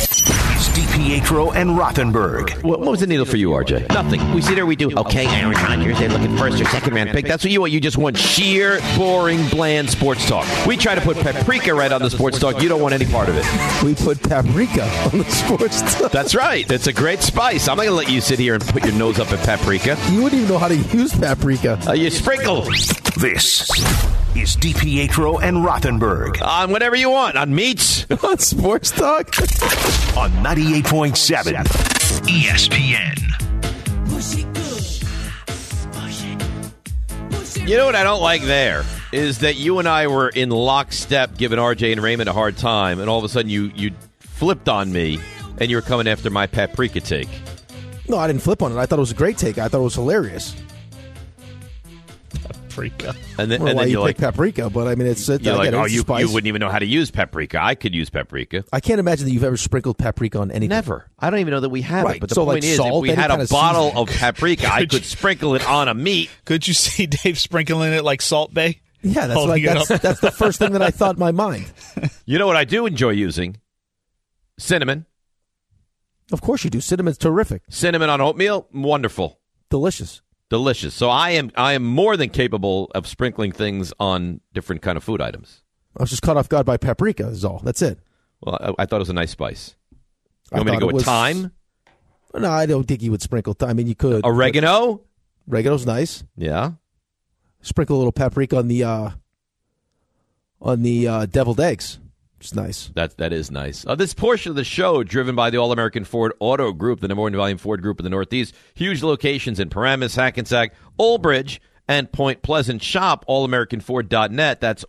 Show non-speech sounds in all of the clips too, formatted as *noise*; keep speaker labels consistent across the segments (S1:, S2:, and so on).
S1: is DiPietro and Rothenberg.
S2: What, what was the needle for you, RJ?
S3: Nothing. We sit there, we do, okay, Aaron Rodgers, they're looking first or second round pick.
S2: That's what you want. You just want sheer, boring, bland sports talk. We try to put paprika right on the sports talk. You don't want any part of it.
S4: We put paprika on the sports. Talk.
S2: That's right. It's a great spice. I'm not going to let you sit here and put your nose up at paprika.
S4: You wouldn't even know how to use paprika. *laughs*
S2: Uh, you sprinkle
S1: This is DiPietro and Rothenberg
S2: on whatever you want, on meats.
S4: on sports talk.
S1: on 98.7 E ESPN.
S2: You know what I don't like there is that you and I were in lockstep giving RJ and Raymond a hard time, and all of a sudden you you flipped on me and you were coming after my paprika take.
S4: No, I didn't flip on it. I thought it was a great take. I thought it was hilarious.
S2: And then,
S4: I don't
S2: and
S4: know why
S2: then
S4: you
S2: you're like,
S4: picked paprika, but I mean, it's, it,
S2: you're
S4: I
S2: like,
S4: get it.
S2: oh,
S4: It's
S2: you,
S4: spice.
S2: you wouldn't even know how to use paprika. I could use paprika.
S4: I can't imagine that you've ever sprinkled paprika on anything.
S2: Never. I don't even know that we have it.
S4: Right.
S2: But the
S4: So,
S2: point
S4: like,
S2: is,
S4: salt,
S2: if we
S4: any
S2: had
S4: kind
S2: a
S4: of
S2: bottle
S4: seasoning. *laughs*
S2: of paprika, I could sprinkle it on a meat.
S5: Could you see *laughs* Dave sprinkling it like Salt Bay?
S4: Yeah, that's
S5: Holding
S4: like
S5: it
S4: that's,
S5: up.
S4: that's the first thing that I thought in my mind.
S2: You know what I do enjoy using? Cinnamon.
S4: Of course you do. Cinnamon's terrific,
S2: Cinnamon on oatmeal. Wonderful.
S4: delicious.
S2: Delicious. So I am I am more than capable of sprinkling things on different kind of food items.
S4: I was just caught off guard by paprika. Is all. That's it.
S2: Well, I, I thought it was a nice spice. You
S4: I
S2: want me to
S4: thought
S2: go
S4: it
S2: with
S4: was-
S2: thyme,
S4: No, I don't think you would sprinkle. I mean, you could. but
S2: oregano?
S4: Oregano's nice.
S2: Yeah.
S4: Sprinkle a little paprika on the uh, on the uh, deviled eggs. It's nice.
S2: That that is nice. Uh, this portion of the show, driven by the All American Ford Auto Group, the number one volume Ford Group in the Northeast, huge locations in Paramus, Hackensack, Old Bridge, and Point Pleasant. Shop allamericanford.net. That's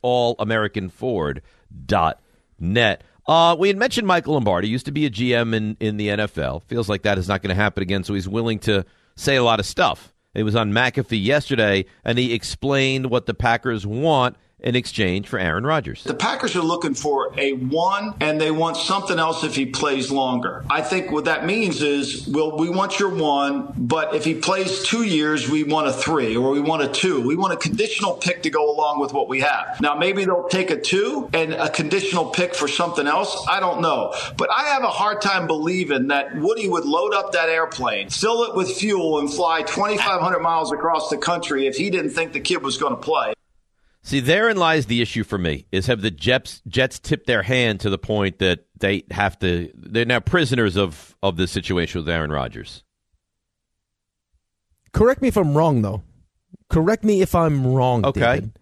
S2: allamericanford.net. Uh, we had mentioned Michael Lombardi used to be a GM in in the NFL. Feels like that is not going to happen again, so he's willing to say a lot of stuff. He was on McAfee yesterday, and he explained what the Packers want in exchange for Aaron Rodgers.
S6: The Packers are looking for a one, and they want something else if he plays longer. I think what that means is, well, we want your one, but if he plays two years, we want a three, or we want a two. We want a conditional pick to go along with what we have. Now, maybe they'll take a two and a conditional pick for something else. I don't know. But I have a hard time believing that Woody would load up that airplane, fill it with fuel, and fly 2,500 miles across the country if he didn't think the kid was going to play.
S2: See, therein lies the issue for me: is have the Jets Jets tipped their hand to the point that they have to? They're now prisoners of of the situation with Aaron Rodgers.
S4: Correct me if I'm wrong, though. Correct me if I'm wrong.
S2: Okay.
S4: David.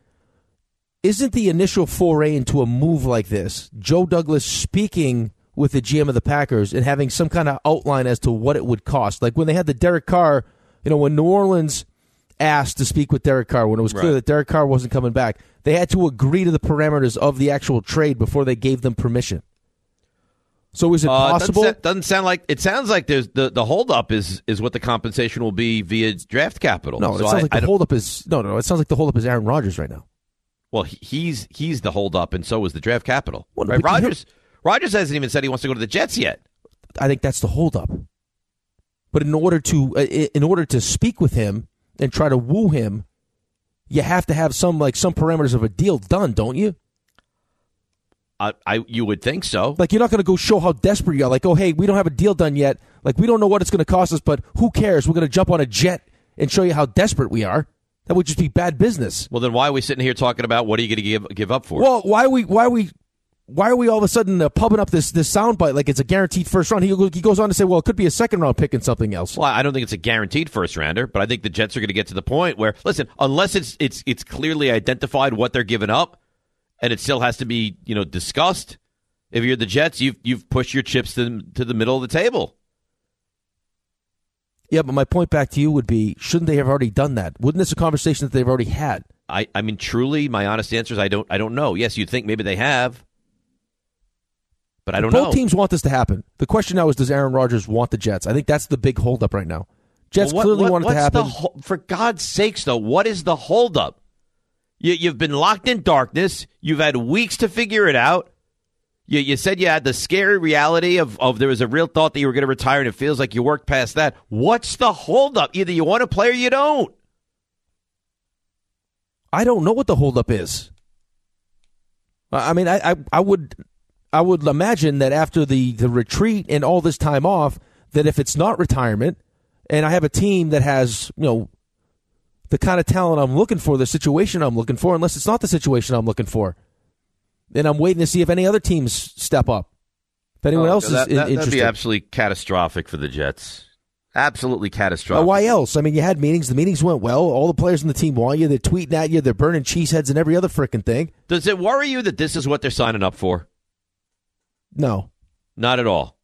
S4: Isn't the initial foray into a move like this Joe Douglas speaking with the GM of the Packers and having some kind of outline as to what it would cost? Like when they had the Derek Carr, you know, when New Orleans asked to speak with Derek Carr, when it was clear
S2: Right.
S4: that Derek Carr wasn't coming back, they had to agree to the parameters of the actual trade before they gave them permission. So is it
S2: Uh, doesn't,
S4: possible?
S2: sa- doesn't sound like it. Sounds like there's the the holdup is is what the compensation will be via draft capital.
S4: no, it
S2: So
S4: sounds
S2: I-
S4: like
S2: I
S4: the
S2: don't-
S4: holdup is no, no. It sounds like the holdup is Aaron Rodgers right now.
S2: Well, he- he's he's the holdup, and so is the draft capital.
S4: Well,
S2: right?
S4: but you hear-
S2: Rodgers Rodgers hasn't even said he wants to go to the Jets yet.
S4: I think that's the holdup. But in order to uh, i- in order to speak with him and try to woo him, you have to have some like some parameters of a deal done, don't you?
S2: I, I you would think so.
S4: Like you're not going to go show how desperate you are. Like, oh hey, we don't have a deal done yet. Like we don't know what it's going to cost us, but who cares? We're going to jump on a jet and show you how desperate we are. That would just be bad business.
S2: Well, then why are we sitting here talking about what are you going to give give up for?
S4: Well, why we why we why are we all of a sudden uh, pumping up this this soundbite like it's a guaranteed first round? He, he goes on to say, well, it could be a second round pick and something else.
S2: Well, I don't think it's a guaranteed first rounder, but I think the Jets are going to get to the point where, listen, unless it's it's it's clearly identified what they're giving up, and it still has to be you know discussed. If you're the Jets, you've you've pushed your chips to, to the middle of the table.
S4: Yeah, but my point back to you would be: shouldn't they have already done that? Wouldn't this a conversation that they've already had?
S2: I, I mean, truly, my honest answer is I don't I don't know. Yes, you'd think maybe they have, but I don't
S4: Both
S2: know.
S4: teams want this to happen. The question now is: Does Aaron Rodgers want the Jets? I think that's the big holdup right now. Jets
S2: Well, what-
S4: clearly
S2: what-
S4: want it to
S2: what's the
S4: happen.
S2: hol- for God's sakes, though, what is the holdup? You, you've been locked in darkness. You've had weeks to figure it out. You, you said you had the scary reality of, of there was a real thought that you were going to retire, and it feels like you worked past that. What's the holdup? Either you want to play or you don't.
S4: I don't know what the holdup is. I I mean, I, I, I would, I would imagine that after the the retreat and all this time off, that if it's not retirement, and I have a team that has you know, the kind of talent I'm looking for, the situation I'm looking for, unless it's not the situation I'm looking for, then I'm waiting to see if any other teams step up. If anyone else is in-
S2: Oh, That, would
S4: interested,
S2: be absolutely catastrophic for the Jets. Absolutely
S4: Uh,
S2: catastrophic.
S4: why else? I mean, you had meetings. The meetings went well. All the players on the team want you. They're tweeting at you. They're burning cheese heads and every other freaking thing.
S2: Does it worry you that this is what they're signing up for?
S4: No,
S2: Not at all.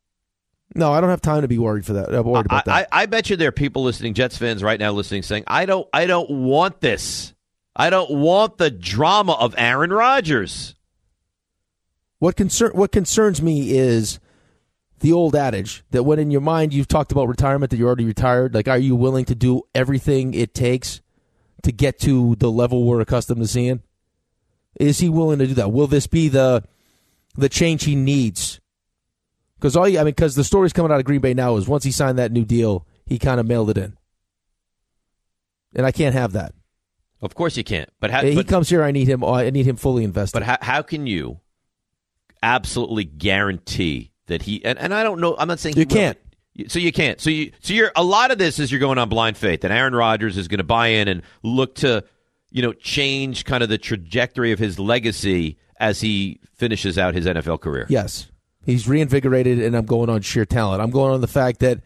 S4: no, I don't have time to be worried for that. I'm worried about that.
S2: I, I, I bet you there are people listening, Jets fans right now listening, saying, "I don't, I don't want this. I don't want the drama of Aaron Rodgers."
S4: What concern what concerns me is the old adage that when in your mind you've talked about retirement that you're already retired, like are you willing to do everything it takes to get to the level we're accustomed to seeing? Is he willing to do that? Will this be the the change he needs? Because all you, I mean, because the story's coming out of Green Bay now is once he signed that new deal, he kind of mailed it in, and I can't have that.
S2: Of course, you can't. But how,
S4: he
S2: Uh, but,
S4: comes here, I need him. I need him fully invested.
S2: but how, how can you absolutely guarantee that he? And, and I don't know. I'm not saying he
S4: You
S2: will.
S4: can't.
S2: So you can't. So you. So you're a lot of this is you're going on blind faith that Aaron Rodgers is going to buy in and look to, you know, change kind of the trajectory of his legacy as he finishes out his NFL career.
S4: Yes. He's reinvigorated, and I'm going on sheer talent. I'm going on the fact that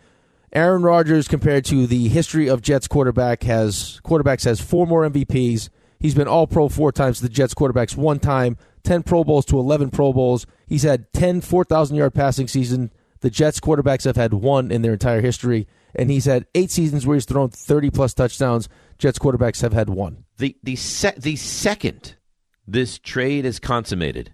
S4: Aaron Rodgers, compared to the history of Jets quarterback, has quarterbacks has four more MVPs. He's been All Pro four times. The Jets quarterbacks one time, ten Pro Bowls to eleven Pro Bowls. He's had 10 4,000 yard passing season. The Jets quarterbacks have had one in their entire history, and he's had eight seasons where he's thrown 30 plus touchdowns. Jets quarterbacks have had one.
S2: the the se- the second this trade is consummated,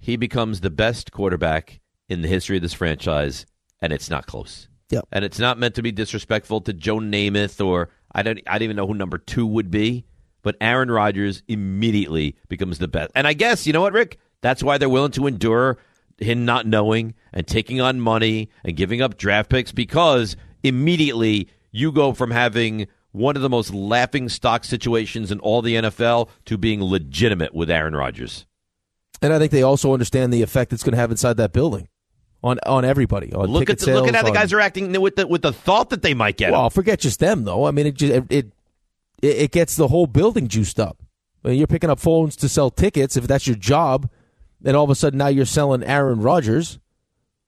S2: he becomes the best quarterback in the history of this franchise, and it's not close.
S4: Yep.
S2: And it's not meant to be disrespectful to Joe Namath or I don't I don't even know who number two would be, but Aaron Rodgers immediately becomes the best. And I guess you know what, Rick, that's why they're willing to endure him not knowing and taking on money and giving up draft picks because immediately you go from having one of the most laughing stock situations in all the NFL to being legitimate with Aaron Rodgers.
S4: And I think they also understand the effect it's going to have inside that building on on everybody. On
S2: Look
S4: ticket
S2: at the, look at
S4: sales,
S2: how the
S4: on-
S2: guys are acting with the with the thought that they might get. him.
S4: Well, forget just them though. I mean, it just, it, it it gets the whole building juiced up. I mean, you're picking up phones to sell tickets if that's your job, and all of a sudden now you're selling Aaron Rodgers.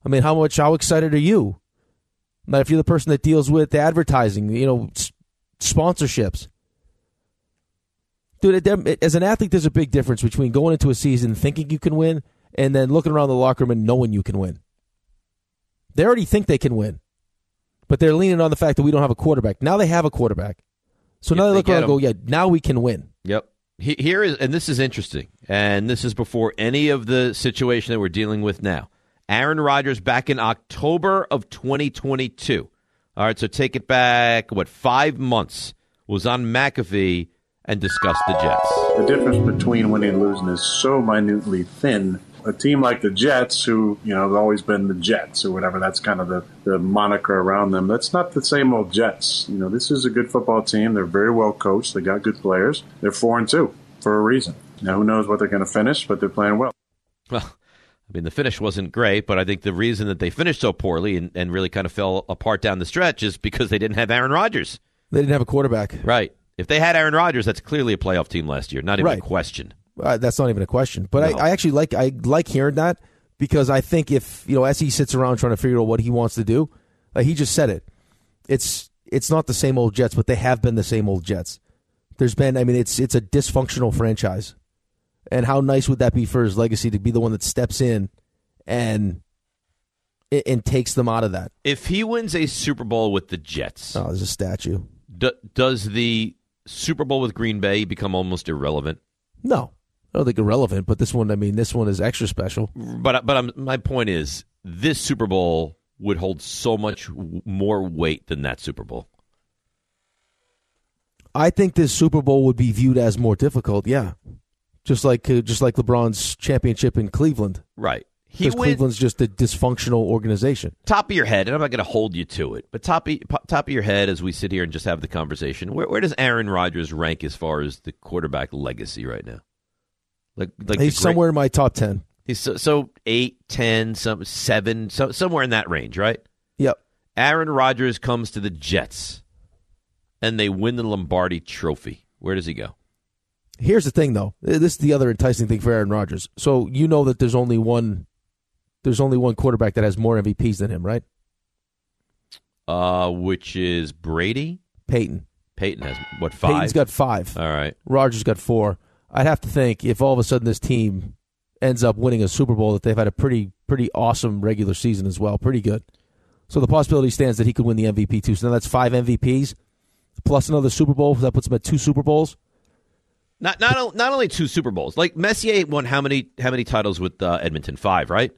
S4: I mean, how much? How excited are you? Now, if you're the person that deals with the advertising, you know, s- sponsorships, dude. It, it- as an athlete, there's a big difference between going into a season thinking you can win and then looking around the locker room and knowing you can win. They already think they can win but they're leaning on the fact that we don't have a quarterback. Now they have a quarterback. So
S2: If
S4: now they
S2: they
S4: look around
S2: get
S4: and go, yeah, now we can win.
S2: Yep. He- Here is, and this is interesting, and this is before any of the situation that we're dealing with now. Aaron Rodgers back in October of 2022. All right, so take it back, what, five months, was on McAfee and discussed the Jets.
S7: The difference between winning and losing is so minutely thin. A team like the Jets, who, you know, have always been the Jets or whatever, that's kind of the, the moniker around them. That's not the same old Jets. You know, this is a good football team. They're very well coached. They got good players. They're 4 and 2 for a reason. Now, who knows what they're going to finish, but they're playing well.
S2: Well, I mean, the finish wasn't great, but I think the reason that they finished so poorly and, and really kind of fell apart down the stretch is because they didn't have Aaron Rodgers.
S4: They didn't have a quarterback.
S2: Right. If they had Aaron Rodgers, that's clearly a playoff team last year. Not even
S4: Right.
S2: a question.
S4: Uh, that's not even a question. But
S2: No.
S4: I, I actually like I like hearing that because I think if you know, as he sits around trying to figure out what he wants to do, uh, he just said it. It's it's not the same old Jets, but they have been the same old Jets. There's been, I mean, it's it's a dysfunctional franchise, and how nice would that be for his legacy to be the one that steps in and and takes them out of that?
S2: If he wins a Super Bowl with the Jets,
S4: Oh, there's a statue.
S2: D- does the Super Bowl with Green Bay become almost irrelevant?
S4: No, I don't think irrelevant. But this one, I mean, this one is extra special.
S2: But but I'm, my point is, this Super Bowl would hold so much w- more weight than that Super Bowl.
S4: I think this Super Bowl would be viewed as more difficult. Yeah, just like uh, just like LeBron's championship in Cleveland,
S2: Right. He
S4: because
S2: wins
S4: Cleveland's just a dysfunctional organization.
S2: top of your head, and I'm not going to hold you to it, but top of, po- top of your head as we sit here and just have the conversation, where, where does Aaron Rodgers rank as far as the quarterback legacy right now? Like, like
S4: He's
S2: the great-
S4: somewhere in my top ten.
S2: He's so, so eight, ten, some seven, so, somewhere in that range, right?
S4: Yep.
S2: Aaron Rodgers comes to the Jets, and they win the Lombardi Trophy. Where does he go?
S4: Here's the thing, though. Uh, This is the other enticing thing for Aaron Rodgers. So you know that there's only one, there's only one quarterback that has more MVPs than him, right?
S2: Uh, which is Brady.
S4: Peyton.
S2: Peyton has what 5
S4: Peyton's got five.
S2: All right.
S4: Rodgers got four. I'd have to think if all of a sudden this team ends up winning a Super Bowl that they've had a pretty pretty awesome regular season as well, pretty good. So the possibility stands that he could win the MVP too. So now that's five MVPs plus another Super Bowl. So that puts him at two Super Bowls.
S2: Not not o- not only two Super Bowls. Like Messier won how many how many titles with uh, Edmonton? Five, right?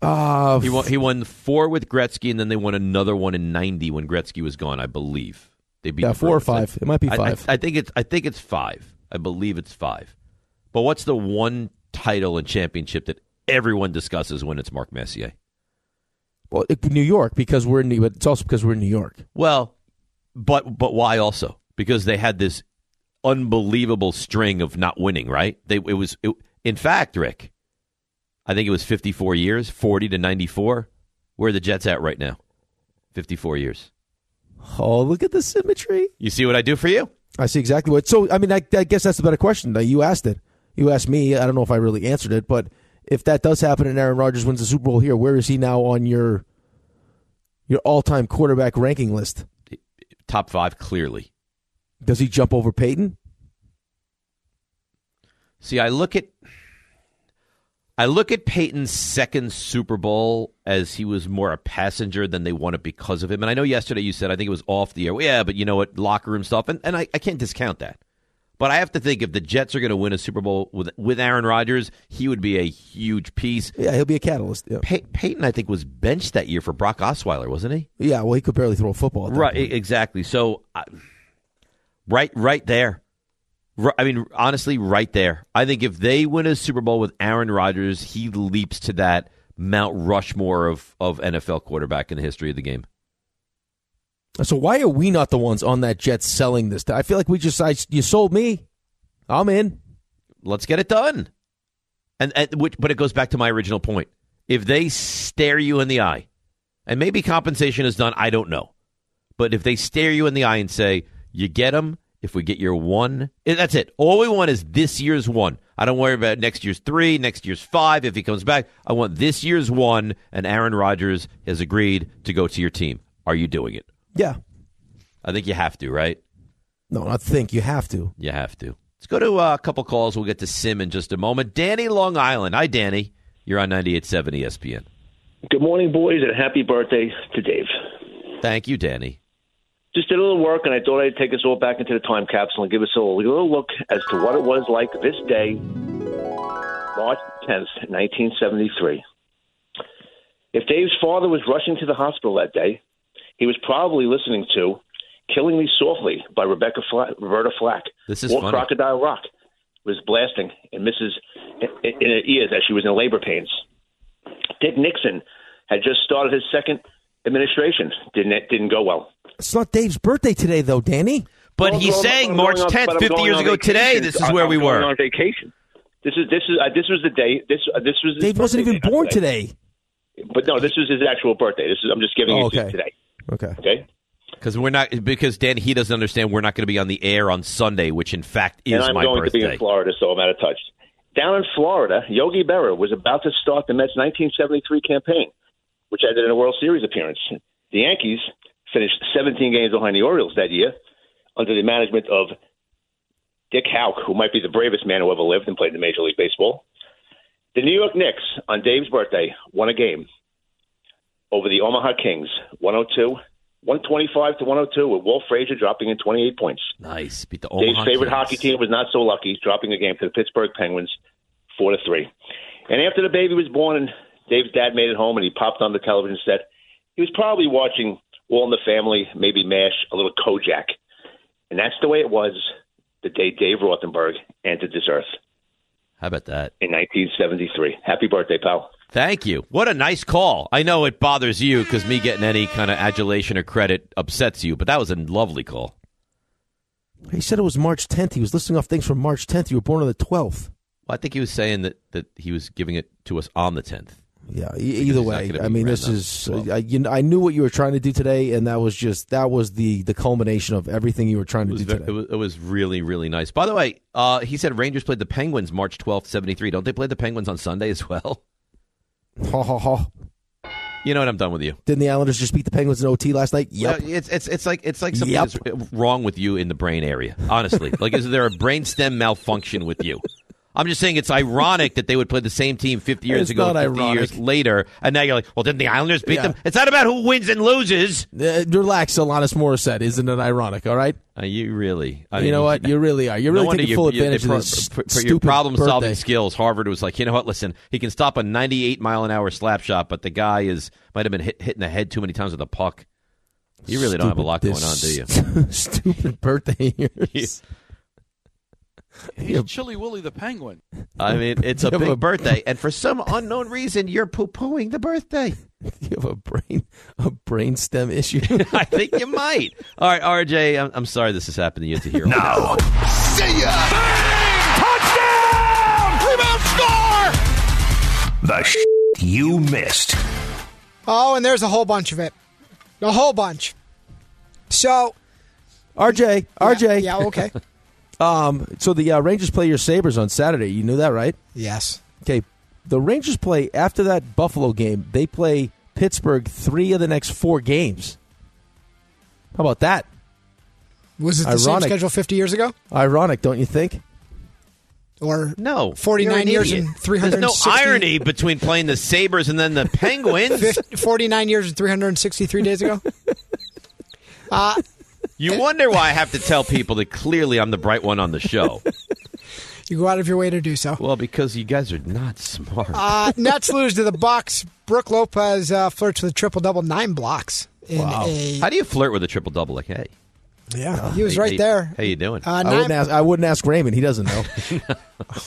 S4: Uh,
S2: He won he won four with Gretzky, and then they won another one in '90 when Gretzky was gone, I believe. They beat
S4: yeah,
S2: the
S4: four or
S2: Bruins. I-
S4: five. It might be
S2: I-
S4: five.
S2: I, I think it's I think it's five. I believe it's five. But what's the one title and championship that everyone discusses when it's Mark Messier?
S4: well, it- New York because we're in New, but it's also because we're in New York.
S2: Well, but but why also? Because they had this unbelievable string of not winning, right? They it was it, in fact, Rick. I think it was 54 years, 40 to 94. Where are the Jets at right now? 54 years.
S4: Oh, look at the symmetry.
S2: You see what I do for you?
S4: I see exactly what. So, I mean, I, I guess that's the better question. Now, you asked it. You asked me. I don't know if I really answered it, but if that does happen and Aaron Rodgers wins the Super Bowl here, where is he now on your your all time quarterback ranking list?
S2: Top 5 clearly.
S4: Does he jump over Peyton?
S2: See, I look at I look at Peyton's second Super Bowl as he was more a passenger than they won it because of him. And I know yesterday you said I think it was off the air. Well, yeah, but you know what, locker room stuff, and, and I, I can't discount that. But I have to think if the Jets are going to win a Super Bowl with with Aaron Rodgers, he would be a huge piece.
S4: Yeah, he'll be a catalyst. Yeah,
S2: Pey- Peyton, I think, was benched that year for Brock Osweiler, wasn't he?
S4: yeah well, he could barely throw a football. At that
S2: right
S4: point.
S2: e- exactly so I, right right there Ri- i mean honestly right there i think if they win a super bowl with aaron rodgers he leaps to that mount rushmore of, of nfl quarterback in the history of the game
S4: So, why are we not the ones on that jet selling this? I feel like we just, I, you sold me. I'm in.
S2: let's get it done and, and which, but it goes back to my original point if they stare you in the eye and maybe compensation is done i don't know but if they stare you in the eye and say you get them if we get your one eh, that's it all we want is this year's one i don't worry about next year's three next year's five if he comes back i want this year's one and aaron rodgers has agreed to go to your team are you doing it
S4: Yeah.
S2: i think you have to right
S4: No, I think you have to.
S2: you have to let's go to uh, a couple calls we'll get to sim in just a moment danny long island hi danny you're on 98.7 espn
S8: Good morning, boys, and happy birthday to Dave.
S2: thank you danny
S8: Just did a little work, and I thought I'd take us all back into the time capsule and give us all a little look as to what it was like this day, March 10th, 1973. If Dave's father was rushing to the hospital that day, he was probably listening to Killing Me Softly by Rebecca Fla- Roberta Flack.
S2: This is
S8: or
S2: funny.
S8: Crocodile Rock was blasting in Mrs. in in her ears as she was in labor pains. Dick Nixon had just started his second administration. Didn't it didn't go well.
S4: It's not Dave's birthday today, though, Danny.
S2: But
S8: Well,
S2: he's
S8: well,
S2: saying
S8: I'm
S2: March
S8: going on-
S2: 10th,
S8: but I'm
S2: 50
S8: going
S2: years
S8: on
S2: ago today.
S8: vacation.
S2: This is
S8: I'm-
S2: where
S8: I'm
S2: we
S8: going
S2: were.
S8: on vacation. This is this is uh, this was the day. This uh, this was his
S4: Dave wasn't
S8: birthday
S4: even
S8: day,
S4: born
S8: not today.
S4: today.
S8: But no, this was his actual birthday. This is I'm just giving
S4: Oh,
S8: you
S4: okay.
S8: today.
S4: Okay.
S8: Okay.
S2: Because we're not because Dan he doesn't understand we're not going to be on the air on Sunday, which in fact is
S8: and I'm
S2: my
S8: going to be
S2: birthday.
S8: in Florida, so I'm out of touch. Down in Florida, Yogi Berra was about to start the Mets' 1973 campaign, which ended in a World Series appearance. The Yankees finished 17 games behind the Orioles that year under the management of Dick Houck, who might be the bravest man who ever lived and played in Major League Baseball. The New York Knicks, on Dave's birthday, won a game over the Omaha Kings, 102, 125 to 102, with Walt Frazier dropping in 28 points.
S2: nice, beat the
S8: Dave's
S2: Omaha
S8: favorite
S2: Kings.
S8: hockey team was not so lucky, dropping a game to the Pittsburgh Penguins, four to three. And after the baby was born, and Dave's dad made it home, and he popped on the television set. He was probably watching All in the Family, maybe Mash, a little Kojak. And that's the way it was the day Dave Rothenberg entered this earth
S2: How about that?
S8: in 1973. Happy birthday, pal.
S2: Thank you. What a nice call. I know it bothers you because me getting any kind of adulation or credit upsets you, but that was a lovely call.
S4: He said it was March 10th. He was listing off things from March 10th. You were born on the 12th.
S2: Well, I think he was saying that, that he was giving it to us on the 10th.
S4: Yeah. e-
S2: it's
S4: Either
S2: not
S4: way,
S2: gonna
S4: I
S2: be
S4: mean, this
S2: random.
S4: is.
S2: Well-
S4: I, you know, I knew what you were trying to do today, and that was just that was the the culmination of everything you were trying
S2: It
S4: to
S2: was,
S4: do
S2: ve-
S4: today.
S2: it was it was really really nice. By the way, uh, he said Rangers played the Penguins March twelfth, seventy three. Don't they play the Penguins on Sunday as well? *laughs*
S4: ha ha ha!
S2: You know what? I'm done with you.
S4: Didn't the Islanders just beat the Penguins in OT last night? Yep.
S2: Uh, It's it's it's like it's like something
S4: Yep.
S2: that's wrong with you in the brain area. Honestly, like is there a brainstem malfunction with you? I'm just saying it's ironic that they would play the same team 50 years
S4: It's
S2: ago,
S4: not
S2: 50 years
S4: ironic.
S2: later, and now you're like, well, didn't the Islanders beat
S4: Yeah.
S2: them? It's not about who wins and loses.
S4: Uh, relax, Alanis Morissette. Isn't it ironic? All right.
S2: Uh, you really, I
S4: you
S2: mean,
S4: know what? You really are. You're really
S2: wonder
S4: taking
S2: you-
S4: full
S2: you-
S4: advantage
S2: they
S4: of this
S2: pro- for, for your
S4: stupid
S2: problem solving
S4: birthday.
S2: skills. Harvard was like, you know what? Listen, he can stop a 98 mile an hour slap shot, but the guy is might have been hit, hitting the head too many times with a puck. You really don't have a
S4: Stupid-
S2: lot going on, do you?
S4: this stupid birthday
S2: *laughs*
S4: *laughs* years.
S9: He's Chili Willy the Penguin.
S2: I mean, it's a
S4: Give
S2: big
S4: a-
S2: birthday, and for some unknown reason, you're poo pooing the birthday.
S4: You have a brain a brainstem issue.
S2: *laughs* I think you might. All right, RJ, I'm, I'm sorry this has happened to you to hear.
S1: Now, the sh- you missed.
S10: Oh, and there's a whole bunch of it. A whole bunch. So,
S4: RJ, RJ.
S10: Yeah, okay.
S4: *laughs* Um. So the uh, Rangers play your Sabers on Saturday. You knew that, right?
S10: yes.
S4: Okay. The Rangers play after that Buffalo game. They play Pittsburgh three of the next four games. How about that?
S10: Was it the same
S4: Ironic.
S10: schedule 50 years ago?
S4: Ironic, don't you think?
S10: Or
S2: No,
S10: 49
S2: you're an
S10: years
S2: idiot.
S10: and 360
S2: There's no irony between playing the Sabers and then the Penguins.
S10: fif- 49 years and 363 days
S2: *laughs*
S10: ago? Uh,
S2: You wonder why I have to tell people that clearly I'm the bright one on
S10: *laughs*
S2: the show.
S10: you go out of your way to do so.
S2: Well, because you guys are not smart.
S10: Uh, Nets lose to the Bucks. Brooke Lopez uh, flirts with a triple double, nine blocks in a.
S2: How do you flirt with a triple double? Like, hey,
S10: Yeah, he was
S2: hey,
S10: right
S2: hey,
S10: there.
S2: How you doing?
S10: Uh,
S4: I wouldn't
S10: nine,
S4: ask. I wouldn't ask Raymond. He
S10: *laughs*
S4: doesn't know.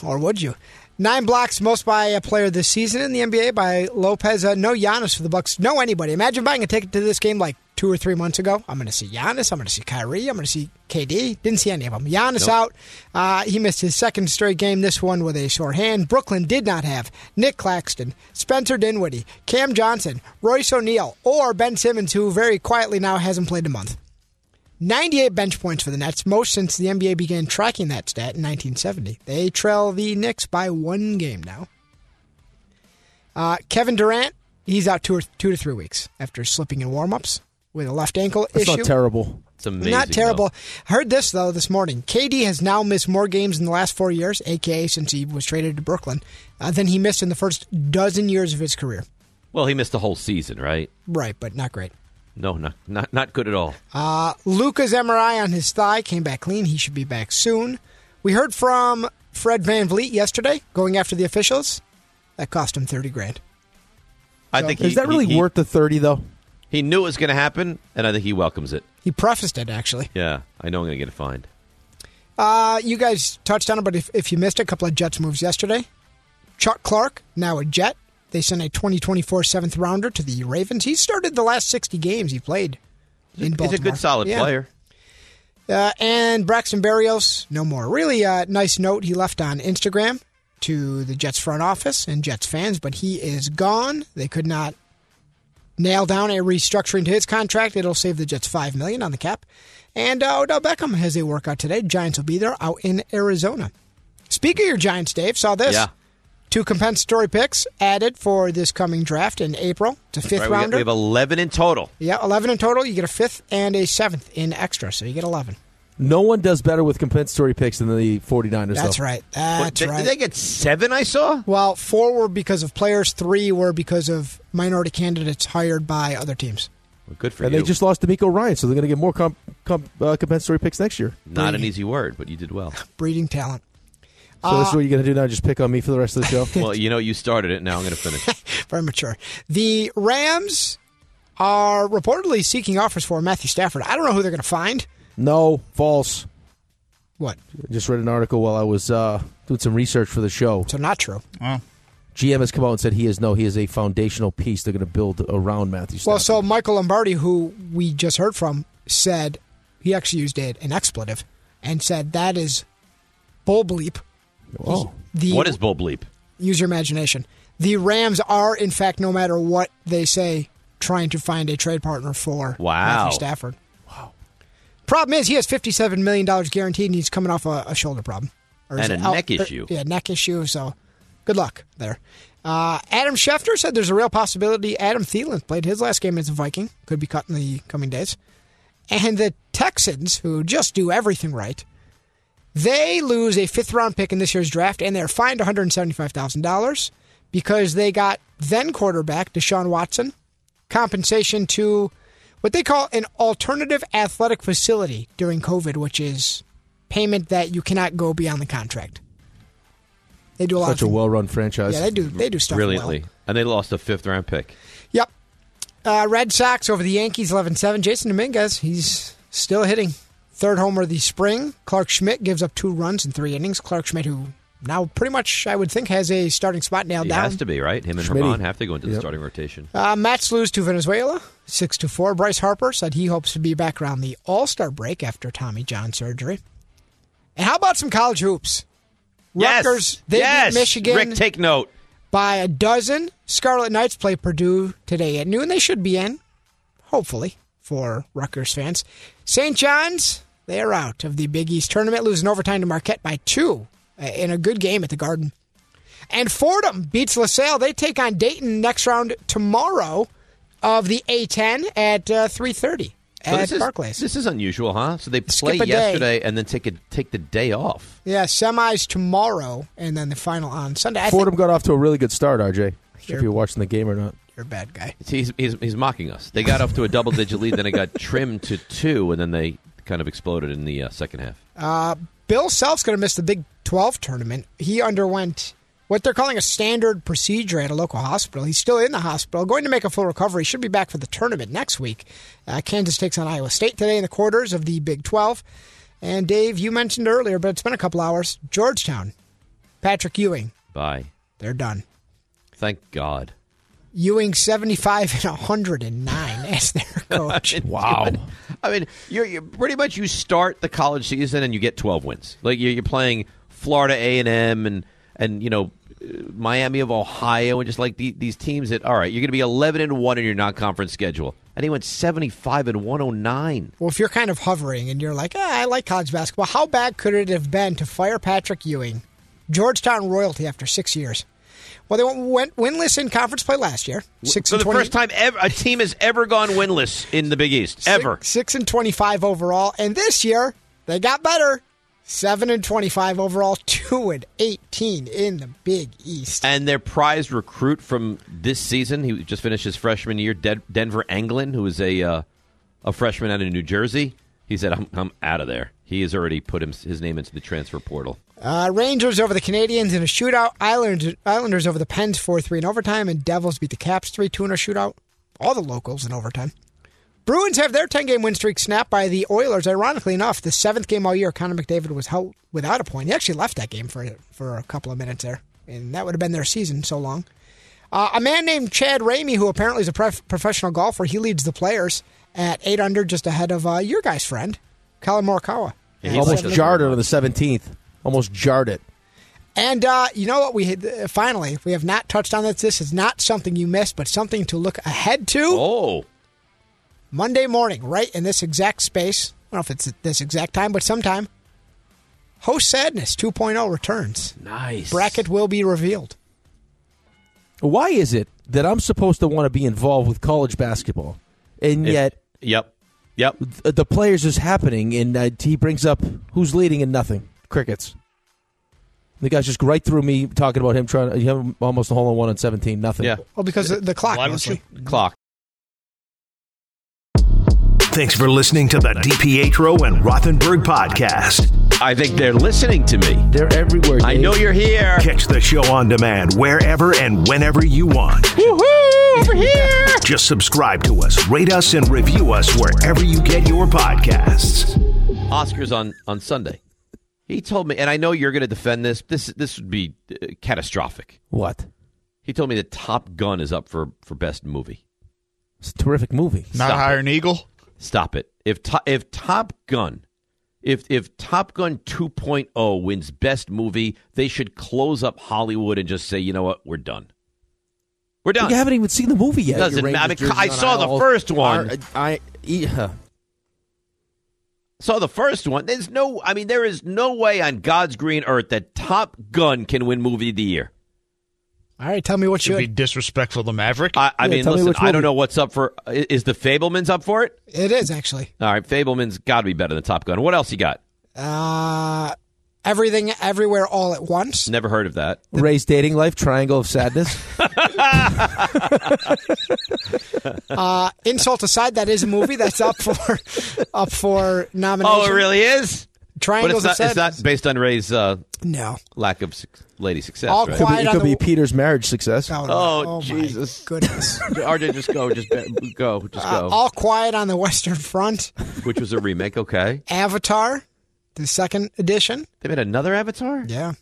S10: or would you? Nine blocks, most by a player this season in the NBA by Lopez. Uh, no Giannis for the Bucks. No anybody. Imagine buying a ticket to this game like two or three months ago. I'm going to see Giannis. I'm going to see Kyrie. I'm going to see KD. Didn't see any of them. Giannis out. Uh, he missed his second straight game. This one with a sore hand. Brooklyn did not have Nick Claxton, Spencer Dinwiddie, Cam Johnson, Royce O'Neal, or Ben Simmons, who very quietly now hasn't played a month. 98 bench points for the Nets, most since the NBA began tracking that stat in 1970. They trail the Knicks by one game now. Uh, Kevin Durant, he's out two, or, two to three weeks after slipping in warm-ups with a left ankle
S4: It's
S10: issue.
S4: not terrible.
S2: it's amazing.
S10: Not terrible.
S2: though.
S10: Heard this though this morning. KD has now missed more games in the last four years, aka since he was traded to Brooklyn, uh, than he missed in the first dozen years of his career.
S2: Well, he missed the whole season, right?
S10: Right, but not great.
S2: No, not not not good at all.
S10: Luca's MRI on his thigh came back clean. He should be back soon. We heard from Fred Van Vliet yesterday going after the officials. That cost him 30 grand.
S2: I think he,
S4: Is that really
S2: he, he-
S4: worth the thirty though?
S2: He knew it was going to happen, and I think he welcomes it.
S10: He prefaced it, actually.
S2: Yeah, I know I'm going to get a fine.
S10: Uh, you guys touched on it, but if, if you missed a couple of Jets moves yesterday, Chuck Clark, now a Jet, they sent a 2024 seventh rounder to the Ravens. He started the last 60 games he played in Baltimore.
S2: He's a good, solid
S10: Yeah.
S2: player.
S10: Uh, and Braxton Berrios, no more. Really uh, nice note he left on Instagram to the Jets front office and Jets fans, but he is gone. They could not nail down a restructuring to his contract. It'll save the Jets five million on the cap. And uh, Odell Beckham has a workout today. Giants will be there out in Arizona. Speaking of your Giants, Dave, saw this.
S2: Yeah,
S10: Two compensatory picks added for this coming draft in April. It's a fifth
S2: right. We, got,
S10: rounder.
S2: we have 11 in total.
S10: yeah, 11 in total. You get a fifth and a seventh in extra, so you get 11.
S4: No one does better with compensatory picks than the 49ers.
S10: That's
S4: though.
S10: right.
S2: What,
S10: That's
S2: did,
S10: right.
S2: did they get seven? I saw.
S10: well, four were because of players. Three were because of minority candidates hired by other teams.
S2: Well, good for
S4: And
S2: you.
S4: they just lost D'Amico Ryan, so they're going to get more comp, comp, uh, compensatory picks next year.
S2: not an easy word, but you did well.
S10: Breeding talent.
S4: So this
S10: Uh,
S4: is what you're going to do now. Just pick on me for the rest of
S10: *laughs*
S4: the show.
S2: well, you know, you started it. Now I'm going to finish.
S10: Very mature. The Rams are reportedly seeking offers for Matthew Stafford. I don't know who they're going to find.
S4: No, false.
S10: What?
S4: I just read an article while I was uh, doing some research for the show.
S10: So not true.
S4: GM has come out and said he is no. He is a foundational piece they're going to build around Matthew.
S10: Well, so Michael Lombardi, who we just heard from, said he actually used a, an expletive and said that is bull bleep.
S2: Oh,
S10: The-
S2: *laughs* what is bull bleep?
S10: Use your imagination. The Rams are, in fact, no matter what they say, trying to find a trade partner for
S2: Wow.
S10: Matthew Stafford. Wow. Problem is, he has fifty-seven million dollars guaranteed, and he's coming off a, a shoulder problem Or is
S2: And
S10: it
S2: a
S10: al-
S2: neck
S10: or-
S2: issue.
S10: yeah, neck issue. So, good luck there. Uh, Adam Schefter said there's a real possibility Adam Thielen played his last game as a Viking, could be cut in the coming days. And the Texans, who just do everything right, they lose a fifth round pick in this year's draft and they're fined $175,000 because they got then quarterback Deshaun Watson compensation to what they call an alternative athletic facility during COVID, which is payment that you cannot go beyond the contract. They do a lot
S4: such a
S10: of things.
S4: well-run franchise.
S10: Yeah, they do they do stuff well.
S2: Brilliantly, and they lost a fifth round pick.
S10: Yep. Uh, Red Sox over the Yankees 11 7. Jason Dominguez, he's still hitting. Third homer of the spring. Clark Schmidt gives up two runs in three innings. Clark Schmidt, who now pretty much, I would think, has a starting spot nailed
S2: He
S10: down.
S2: has to be right. Him and
S4: Schmitty.
S2: Herman have to go into the
S4: Yep.
S2: starting rotation.
S10: Uh, Mats lose to Venezuela, 6 to 4. Bryce Harper said he hopes to be back around the All Star break after Tommy John surgery. And how about some college hoops?
S2: Yes!
S10: Rutgers, they beat
S2: yes!
S10: Michigan.
S2: Rick, take note.
S10: by a dozen. Scarlet Knights play Purdue today at noon. They should be in, hopefully, for Rutgers fans. St. John's, they are out of the Big East tournament, losing overtime to Marquette by two uh, in a good game at the Garden. And Fordham beats LaSalle. They take on Dayton next round tomorrow of the A10 at uh, 3.30
S2: So
S10: at
S2: this is,
S10: Barclays.
S2: This is unusual, huh? So they play
S10: Skip a day.
S2: yesterday and then take a take the day off.
S10: yeah, semis tomorrow and then the final on Sunday. I
S4: Fordham got off to a really good start. RJ,
S10: Sure.
S4: if you're watching the game or not,
S10: think you're a bad guy.
S2: He's, he's, he's mocking us. They got off to a double digit lead, then it got *laughs* trimmed to two, and then they kind of exploded in the uh, second half.
S10: Bill Self's going to miss the Big 12 tournament. He underwent what they're calling a standard procedure at a local hospital. He's still in the hospital, going to make a full recovery. Should be back for the tournament next week. Uh, Kansas takes on Iowa State today in the quarters of the Big 12. And Dave, you mentioned earlier, but it's been a couple hours. Georgetown, Patrick Ewing,
S2: Bye.
S10: they're done.
S2: Thank God.
S10: Ewing 75 and 109 as their coach.
S2: Wow. *laughs* I mean, you're, you're pretty much you start the college season and you get 12 wins. Like you're, you're playing Florida A and M and and you know uh, Miami of Ohio and just like the, these teams that all right, you're going to be 11 and one in your non-conference schedule. And he went 75 and 109.
S10: Well, if you're kind of hovering and you're like, ah, I like college basketball, how bad could it have been to fire Patrick Ewing, Georgetown royalty after six years? Well, they went winless in conference play last year. Six
S2: For
S10: and
S2: the
S10: 20,
S2: first time ever, a team has ever gone winless in the Big E.
S4: *laughs*
S2: East.
S10: six-
S2: Ever.
S10: Six, and twenty-five overall, and this year they got better. Seven and twenty-five overall, two and eighteen in the Big East.
S2: And their prized recruit from this season, he just finished his freshman year, Den- Denver Anglin, who is a uh, a freshman out of New Jersey. He said, "I'm I'm out of there." He has already put him, his name into the transfer portal.
S10: Uh, Rangers over the Canadians in a shootout. Islanders, Islanders over the Pens four three in overtime, and Devils beat the Caps three two in a shootout. All the locals in overtime. Bruins have their ten game win streak snapped by the Oilers. Ironically enough, the seventh game all year, Connor McDavid was out without a point. He actually left that game for for a couple of minutes there, and that would have been their season so long. Uh, a man named Chad Ramey, who apparently is a prof- professional golfer, he leads the players at eight under, just ahead of uh, your guy's friend, Colin Morikawa.
S2: Yeah,
S10: At
S2: he
S4: almost
S2: likes
S10: seven-
S2: it.
S4: jarred it on the 17th. Almost jarred it.
S10: and uh, you know what? We had- uh, finally we have not touched on this. This is not something you missed, but something to look ahead to.
S2: Oh,
S10: Monday morning, right in this exact space. I don't know if it's at this exact time, but sometime. Host Sadness 2.0 returns.
S2: nice
S10: Bracket will be revealed.
S4: Why is it that I'm supposed to want to be involved with college basketball, and
S2: If-
S4: yet
S2: Yep, yep.
S4: th- the players is happening, and uh, he brings up who's leading and nothing crickets. The guy's just right through me talking about him trying to him almost a hole in one on 17, nothing.
S2: Yeah,
S10: Well, because the, the clock.
S5: Why don't
S10: mostly.
S2: clock.
S1: Thanks for listening to the DPetro and Rothenberg podcast.
S2: I think they're listening to me.
S4: They're everywhere.
S2: I
S4: Dave.
S2: know you're here.
S1: Catch the show on demand wherever and whenever you want.
S2: Woohoo! Over here.
S1: Just subscribe to us, rate us, and review us wherever you get your podcasts.
S2: Oscars on on Sunday. He told me, and I know you're going to defend this. This this would be uh, catastrophic.
S4: What?
S2: He told me that Top Gun is up for for best movie.
S4: It's a terrific movie.
S5: Not
S2: Stop
S5: Iron Eagle.
S2: Stop it. If to, if Top Gun, if if Top Gun 2.0 wins best movie, they should close up Hollywood and just say, you know what, we're done. We're done.
S4: You haven't even seen the movie yet.
S2: Doesn't
S4: you
S2: matter.
S4: Rangers
S2: I
S4: jersey
S2: saw
S4: on
S2: the
S4: aisle.
S2: first one.
S4: Our- uh, I, e, *laughs* yeah.
S2: Saw the first one. There's no, I mean, there is no way on God's green earth that Top Gun can win movie of the year.
S10: All right, tell me what
S5: Should
S10: you.
S5: be disrespectful to Maverick.
S2: I, I
S4: Yeah,
S2: mean,
S4: tell me
S2: listen,
S4: which
S2: I don't
S4: movie.
S2: know what's up for. i- Is the Fableman's up for it?
S10: It is actually
S2: All right, Fableman's got to be better than Top Gun. What else you got?
S10: uh, everything, everywhere, all at once.
S2: Never heard of that.
S4: Ray's dating life, triangle
S2: *laughs*
S4: of sadness.
S10: Uh, insult aside, that is a movie that's up for *laughs* up for nomination.
S2: Oh, it really is. But
S10: Triangles
S2: it's not,
S10: of
S2: it's not
S10: Sadness.
S2: based on Ray's uh,
S10: No.
S2: lack of suc lady success.
S10: All
S2: right?
S10: quiet.
S4: it
S10: on
S4: could
S10: the-
S4: be Peter's marriage success.
S10: Oh, no.
S2: Oh,
S10: my
S2: Jesus. *laughs*
S10: goodness.
S2: RJ, just go, just be- go, just
S10: Uh,
S2: go.
S10: all Quiet on the Western Front,
S2: Which was a remake. Okay,
S10: Avatar, the second edition.
S2: they made another Avatar.
S10: Yeah.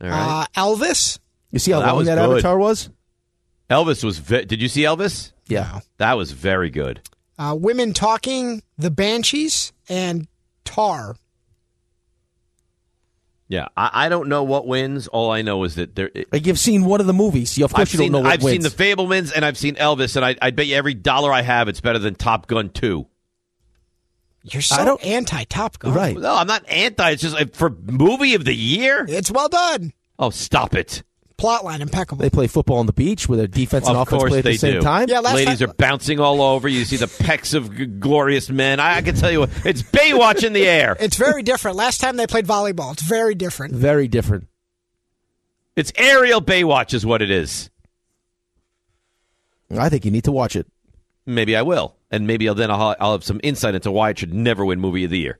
S2: All right.
S10: Uh, Elvis.
S4: You see how
S2: Well, that
S4: long
S2: was
S4: that
S2: good.
S4: avatar was?
S2: Elvis was. Ve- Did you see Elvis?
S4: Yeah.
S2: That was very good.
S10: uh, Women Talking, The Banshees, and Tar.
S2: Yeah, I, I don't know what wins. All I know is that there. it-
S4: Like you've seen one of the movies. You, of course,
S2: I've
S4: you
S2: seen,
S4: don't know what
S2: I've
S4: wins.
S2: seen the Fablemans and I've seen Elvis, and I, I bet you every dollar I have, it's better than Top Gun Two.
S10: You're so
S4: I don't-
S10: anti Top Gun.
S4: right.
S2: No, Oh, I'm not anti. It's just like, for movie of the year.
S10: It's well done.
S2: Oh, stop it!
S10: Plotline impeccable.
S4: They play football on the beach where their defense and
S2: of
S4: offense
S2: course
S4: play at
S2: they
S4: the same
S2: do.
S4: time.
S10: Yeah, last
S2: Ladies
S10: time-
S2: are bouncing all over. You see the pecs of g- glorious men. I, I can tell you, what, it's Baywatch in the air.
S10: *laughs* It's very different. Last time they played volleyball, it's very different.
S4: Very different.
S2: It's aerial Baywatch, is what it is.
S4: I think you need to watch it.
S2: Maybe I will, and maybe I'll, then I'll, I'll have some insight into why it should never win Movie of the Year.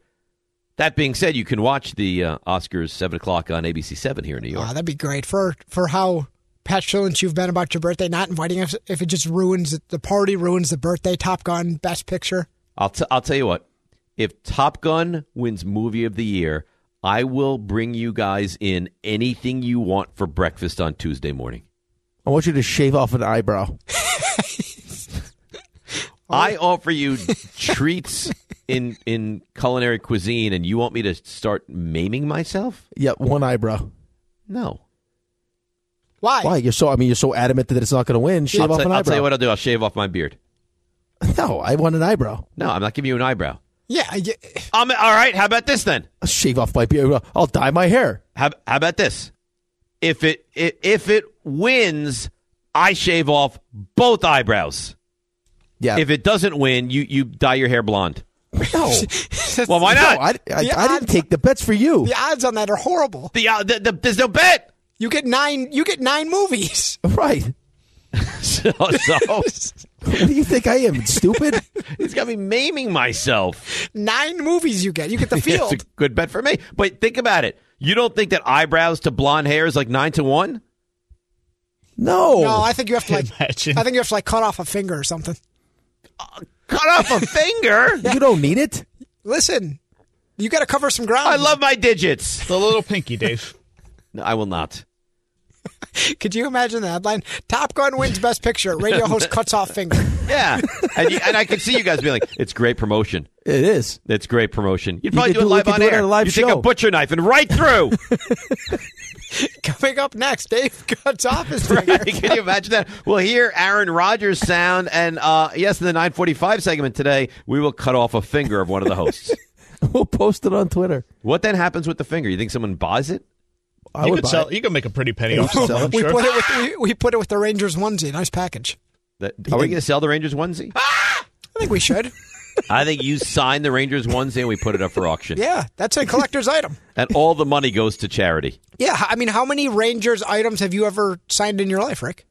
S2: That being said, you can watch the uh, Oscars seven o'clock on ABC Seven here in New York.
S10: Wow, Uh, that'd be great for for how petulant you've been about your birthday, not inviting us. If it just ruins it- the party, ruins the birthday. Top Gun, Best Picture.
S2: I'll t- I'll tell you what. If Top Gun wins Movie of the Year, I will bring you guys in anything you want for breakfast on Tuesday morning.
S4: I want you to shave off an eyebrow.
S2: I offer
S4: *laughs*
S2: you treats in in culinary cuisine, and you want me to start maiming myself?
S4: Yeah, one eyebrow.
S2: No.
S10: Why?
S4: Why? You're so. I mean, you're so adamant that it's not going to win. Shave
S2: I'll,
S4: off
S2: tell-
S4: an
S2: I'll
S4: eyebrow.
S2: tell you what I'll do. I'll shave off my beard.
S4: no, I want an eyebrow.
S2: No, I'm not giving you an eyebrow.
S10: Yeah, y-
S2: Um, all right. How about this then?
S4: I'll shave off my beard. I'll dye my hair.
S2: How, how about this? If it i- if it wins, I shave off both eyebrows.
S4: Yeah.
S2: If it doesn't win, you you dye your hair
S4: *laughs*
S2: blonde.
S4: no,
S2: Well, *laughs* why not?
S4: No, I, I,
S10: Yeah,
S4: I
S10: I'm-
S4: didn't take the bets for you.
S10: the odds on that are horrible.
S2: the, uh, the, the there's no bet. *laughs*
S10: You get nine. You get nine movies. *laughs*
S4: Right. *laughs*
S2: So, so
S4: What do you think I
S10: *laughs*
S4: am? Stupid?
S2: it's got me maiming myself. *laughs*
S10: Nine movies you get. You get the
S2: It's
S10: field.
S2: a good bet for me. But think about it. You don't think that eyebrows to blonde hair is like nine to one?
S4: No.
S10: No, I think you have to like.
S5: Imagine.
S10: I think you have to like cut off a finger or something.
S2: Cut off
S4: *laughs*
S2: a finger.
S4: you don't need it.
S10: Listen, you got to cover some ground.
S2: I love my digits.
S5: The little pinky, Dave.
S2: *laughs* No, I will not.
S10: Could you imagine the headline? Top Gun wins Best Picture. Radio host cuts off finger. *laughs*
S2: Yeah, and, you, and I can see you guys being like, "It's great promotion.
S4: It is.
S2: It's great promotion." You'd probably do
S4: could
S2: it
S4: do- we
S2: live
S4: could
S2: on
S4: do it
S2: air.
S4: on a live
S2: you take
S4: show.
S2: a butcher knife and right through.
S10: Coming up next, Dave cuts off his finger.
S2: Right? Can you imagine that? We'll hear Aaron Rodgers sound, and uh, yes, in the 945 segment today, we will cut off a finger of one of the hosts.
S4: We'll post it on Twitter.
S2: what then happens with the finger? You think someone buys it?
S4: I
S5: you
S4: would
S5: could
S4: buy
S5: sell.
S4: it.
S5: You could make a pretty penny
S4: Yeah,
S5: off
S4: *laughs* you could
S5: something.
S4: sell
S10: We
S5: I'm sure.
S10: put it with we, we put it with the Rangers onesie. Nice package.
S2: That, are we going to sell the Rangers onesie?
S10: I think we should.
S2: I think you sign the Rangers onesie and we put it up for auction,
S10: Yeah, that's a collector's *laughs* item.
S2: and all the money goes to charity.
S10: Yeah, I mean, how many Rangers items have you ever signed in your life, Rick?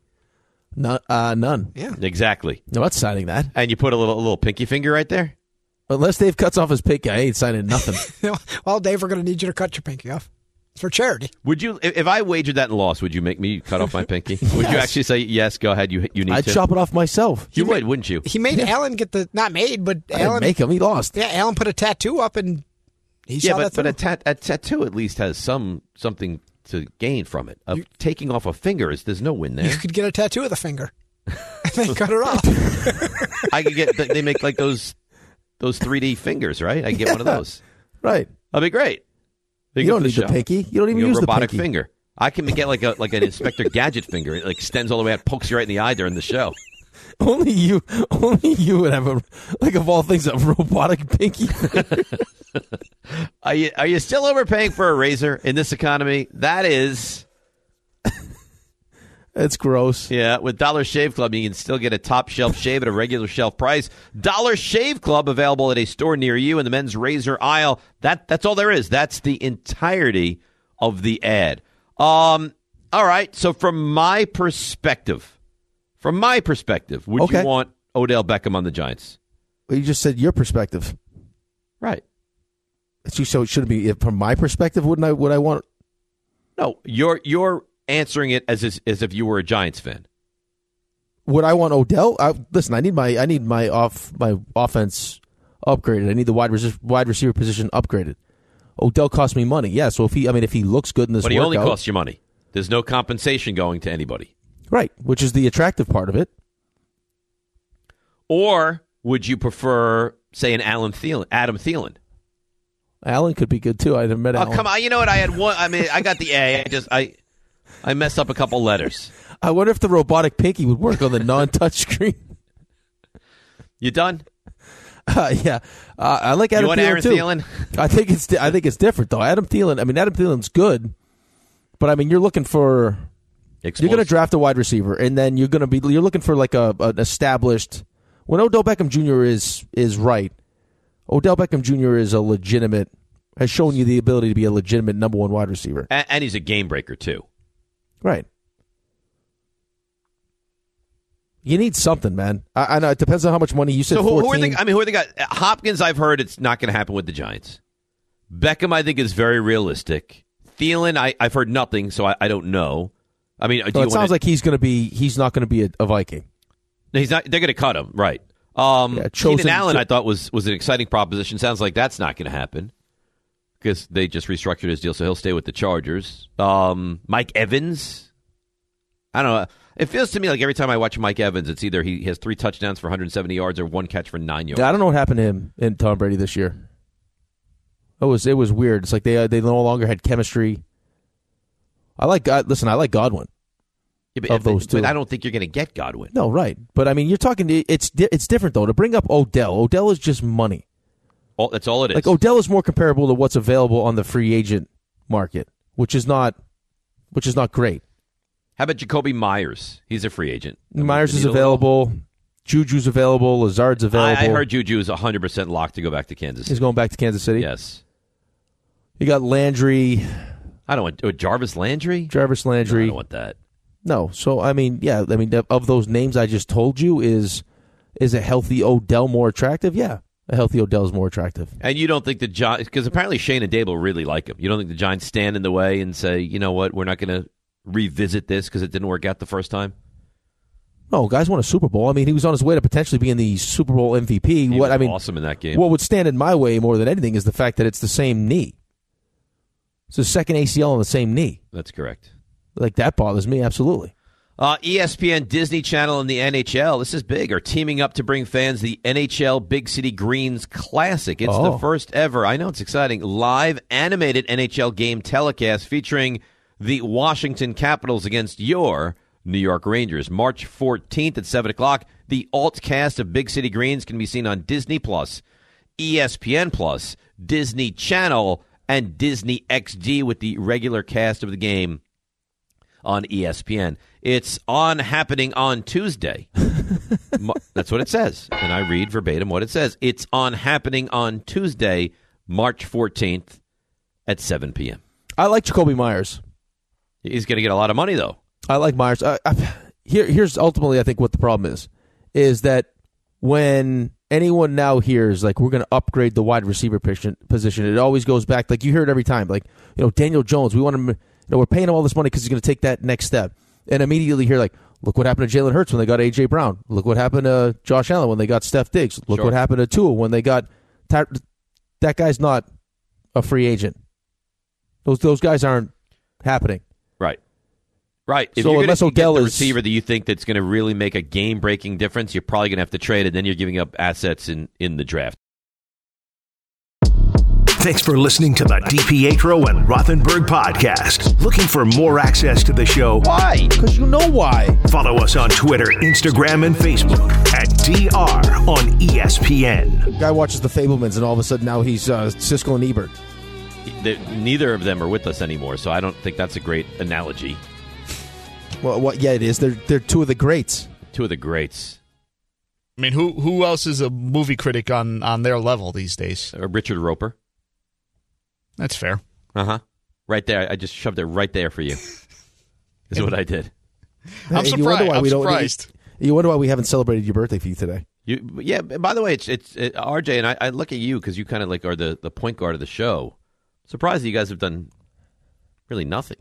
S4: No, uh, none.
S10: Yeah.
S2: Exactly.
S4: No, that's signing that.
S2: And you put a little a little pinky finger right there.
S4: Unless Dave cuts off his pick, I ain't
S2: *laughs*
S4: signing nothing.
S10: *laughs* well, Dave, we're going to need you to cut your pinky off. It's for charity.
S2: Would you, if if I wagered that and lost, would you make me cut off my pinky?
S4: *laughs*
S2: Would you actually say yes? Go ahead. You you need
S4: I'd
S2: to.
S4: chop it off myself.
S2: you would, wouldn't you?
S10: He made Alan get the not made, but
S4: I didn't
S10: Alan
S4: make him. He lost.
S10: Yeah, Alan put a tattoo up and He
S2: yeah,
S10: saw
S2: but,
S10: that through.
S2: but a, tat- a tattoo at least has some something to gain from it. Of taking off a finger is there's no win
S4: *laughs*
S2: there.
S10: you could get a tattoo of the finger. and then cut it off.
S2: I could get they make like those those 3D fingers, right? I could get one of
S4: Yeah.
S2: those.
S4: Right.
S2: That'd be great. Big
S4: You
S2: up
S4: don't need the
S2: show.
S4: pinky. You don't even
S2: Your
S4: use the
S2: robotic
S4: pinky.
S2: finger. I can get like a like an Inspector Gadget finger. It like extends all the way out, pokes you right in the eye during the show.
S4: *laughs* Only you, *laughs* only you would have a like of all things a robotic pinky.
S2: Are you are you still overpaying for a razor in this economy? That is,
S4: *laughs* That's gross.
S2: yeah. With Dollar Shave Club, you can still get a top shelf shave at a regular shelf price. Dollar Shave Club available at a store near you in the men's razor aisle. That that's all there is. That's the entirety of the ad. Um. All right. So from my perspective, from my perspective, would
S4: Okay.
S2: you want Odell Beckham on the Giants?
S4: Well, you just said your perspective.
S2: Right.
S4: So- So it shouldn't be from my perspective. Wouldn't I? Would I want?
S2: No, you're you're answering it as as, as if you were a Giants fan.
S4: Would I want Odell? I, listen, I need my I need my off my offense upgraded. I need the wide resi- wide receiver position upgraded. Odell cost me money. Yeah. So if he, I mean, if he looks good in this,
S2: But he only
S4: workout-
S2: costs you money. There's no compensation going to anybody.
S4: right, which is the attractive part of it.
S2: Or would you prefer, say, an Alan Thielen, Adam Thielen?
S4: Allen could be good too. I never met
S2: Oh,
S4: Allen.
S2: come on! You know what? I had one. I mean, I got the A. I just I I messed up a couple letters.
S4: I wonder if the robotic pinky would work on the non-touch screen.
S2: *laughs*
S4: *laughs*
S2: You done?
S4: Uh, yeah, uh, I like Adam.
S2: want
S4: Thielen
S2: Aaron
S4: too.
S2: Thielen?
S4: I think it's di- I think it's different though. Adam Thielen. I mean, Adam Thielen's good, but I mean, you're looking for you're going to
S2: Explosive.
S4: draft a wide receiver, and then you're going to be you're looking for like a an established. When Odell Beckham Jr. is is right, Odell Beckham Jr. is a legitimate has shown you the ability to be a legitimate number one wide receiver.
S2: A- and he's a game breaker too.
S4: Right. You need something, man. I, I know it depends on how much money you said.
S2: So who, who are
S4: 14.
S2: the? I mean, who are the guys? Uh, Hopkins, I've heard it's not going to happen with the Giants. Beckham, I think, is very realistic. Thielen, I, I've heard nothing, so I, I don't know. I mean, do you
S4: Well, it
S2: wanna-
S4: sounds like he's going to be he's not going to be a, a Viking.
S2: He's not. They're going to cut him, right? Um,
S4: Yeah, chosen-
S2: Keenan Allen, I thought was was an exciting proposition. Sounds like that's not going to happen because they just restructured his deal, so he'll stay with the Chargers. Um, Mike Evans, I don't know. It feels to me like every time I watch Mike Evans, it's either he has three touchdowns for 170 yards or one catch for nine yards.
S4: I don't know what happened to him and Tom Brady this year. It was it was weird. It's like they uh, they no longer had chemistry. I like God. Listen, I like Godwin.
S2: Yeah, but
S4: of those
S2: but
S4: two.
S2: I don't think you're going to get Godwin.
S4: No, right. But I mean, you're talking. to- It's di- it's different though. To bring up Odell, Odell is just money.
S2: All, that's all it is.
S4: Like oh. Odell is more comparable to what's available on the free agent market, which is not, which is not great.
S2: How about Jacoby Myers? He's a free agent. I mean,
S4: Myers
S2: they
S4: is
S2: need a
S4: available. Juju's available. Lazard's
S2: little- I,
S4: available.
S2: I heard Juju is 100% locked to go back to Kansas.
S4: he's
S2: City.
S4: going back to Kansas City.
S2: Yes.
S4: You got Landry,
S2: I don't want oh, Jarvis Landry.
S4: Jarvis
S2: No, I
S4: Landry.
S2: don't want that.
S4: No, so I mean, yeah, I mean, of those names I just told you, is is a healthy Odell more attractive? Yeah, a healthy Odell is more attractive.
S2: And you don't think the Giants, because apparently Shane and Dable really like him. You don't think the Giants stand in the way and say, you know what, we're not going to revisit this because it didn't work out the first time?
S4: No, guys won a Super Bowl. I mean, he was on his way to potentially being the Super Bowl MVP.
S2: He
S4: what
S2: was
S4: I mean,
S2: awesome in that game.
S4: what would stand in my way more than anything is the fact that it's the same knee. It's the second ACL on the same knee.
S2: That's correct.
S4: Like that bothers me absolutely.
S2: Uh, ESPN, Disney Channel, and the NHL, this is big, are teaming up to bring fans the NHL Big City Greens Classic. It's the
S4: Oh.
S2: first ever, I know it's exciting, live animated NHL game telecast featuring the Washington Capitals against your New York Rangers. March 14th at 7 o'clock, the alt cast of Big City Greens can be seen on Disney Plus, E ESPN Plus, Disney Channel, and Disney XD with the regular cast of the game on E ESPN. It's on happening on
S4: *laughs*
S2: Tuesday. Ma- That's what it says. And I read verbatim what it says. It's on happening on Tuesday, March 14th at 7 p.m.
S4: I like Jacoby Myers.
S2: He's going to get a lot of money, though.
S4: I like Myers. I, I, here, here's ultimately, I think what the problem is, is that when anyone now hears like we're going to upgrade the wide receiver position, position, it always goes back. Like you hear it every time. Like you know, Daniel Jones, we want him. You know, we're paying him all this money because he's going to take that next step, and immediately hear like, look what happened to Jalen Hurts when they got AJ Brown. Look what happened to Josh Allen when they got Steph Diggs. Look
S2: Sure.
S4: what happened to Tua when they got Ty- that guy's not a a free agent. Those those guys aren't happening.
S2: Right. Right. If
S4: So
S2: you're
S4: unless
S2: going to get
S4: Odell
S2: the
S4: is-
S2: receiver that you think that's going to really make a game breaking difference, you're probably going to have to trade it. Then you're giving up assets in, in the draft.
S1: Thanks for listening to the DPetro and Rothenberg podcast. Looking for more access to the show?
S4: Why? Because you know why.
S1: Follow us on Twitter, Instagram, and Facebook at DR on E ESPN.
S4: Guy watches the Fablemans, and all of a sudden now he's uh, Siskel and Ebert.
S2: The- neither of them are with us anymore, so I don't think that's a great analogy.
S4: Well, what? Yeah, it is. They're they're two of the greats.
S2: Two of the greats.
S5: I mean, who who else is a movie critic on on their level these days?
S2: Uh, Richard Roper.
S5: That's fair.
S2: Uh huh. Right there. I just shoved it right there for you. *laughs* is what I did.
S5: I'm
S4: You wonder
S5: surprised.
S4: why
S5: I'm
S4: we don't-
S5: surprised.
S4: You wonder why we haven't celebrated your birthday for you today.
S2: You, but yeah. b- By the way, it's it's it, RJ and I, I look at you because you kind of like are the, the point guard of the show. Surprised that you guys have done really nothing.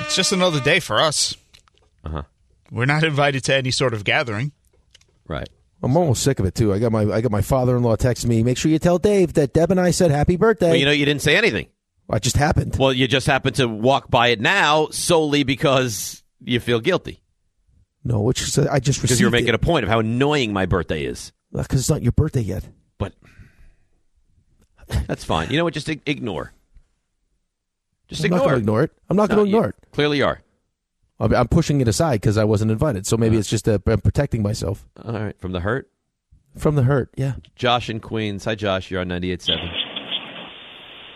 S5: It's just another day for us.
S2: Uh huh.
S5: We're not invited to any sort of gathering.
S2: Right.
S4: I'm almost sick of it too. I got my I got my father-in-law text me. Make sure you tell Dave that Deb and I said happy birthday.
S2: Well, you know, you didn't say anything.
S4: I just happened.
S2: Well, you just happen to walk by it now solely because you feel guilty
S4: No, which is, I just
S2: because
S4: received
S2: you were making a point of how annoying my birthday is.
S4: because it's not your birthday yet.
S2: But that's fine. You know what? Just ig- ignore. Just
S4: I'm not
S2: ignore.
S4: gonna
S2: it.
S4: ignore it. I'm not
S2: No,
S4: going to
S2: you
S4: ignore it.
S2: Clearly, are.
S4: I'm- I'm pushing it aside because I wasn't invited. So
S5: Uh,
S4: maybe it's just i I'm protecting myself
S2: All right. From the hurt,
S4: from the hurt. Yeah.
S2: Josh in Queens. Hi, Josh. You're on 98.7.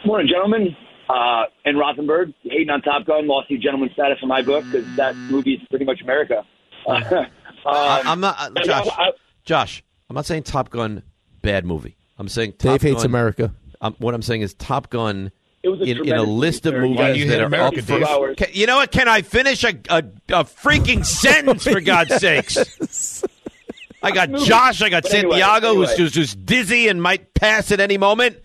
S11: Morning, gentlemen. Uh, and Rothenberg, hating on Top Gun, lost your gentleman status in my book because that movie is pretty much America. Uh,
S2: I, am not, uh,
S11: I-
S2: Josh.
S11: I-
S2: Josh, I'm not saying Top Gun bad movie. I'm saying Top
S4: Dave hates
S2: Gun-
S4: America.
S2: Um, what I'm saying is Top Gun.
S11: It was a
S2: in, in a
S11: tremendous
S2: list of
S11: experience.
S2: movies
S11: Why do you
S2: that
S5: hate
S2: are
S5: America,
S2: up for
S5: Dave?
S11: Flowers.
S2: Can- you know what? Can I finish a a, a *laughs* freaking sentence for God's sakes? *laughs* I got Josh. I got
S11: But anyway,
S2: Santiago, who's,
S11: anyway.
S2: who's just dizzy and might pass at any moment.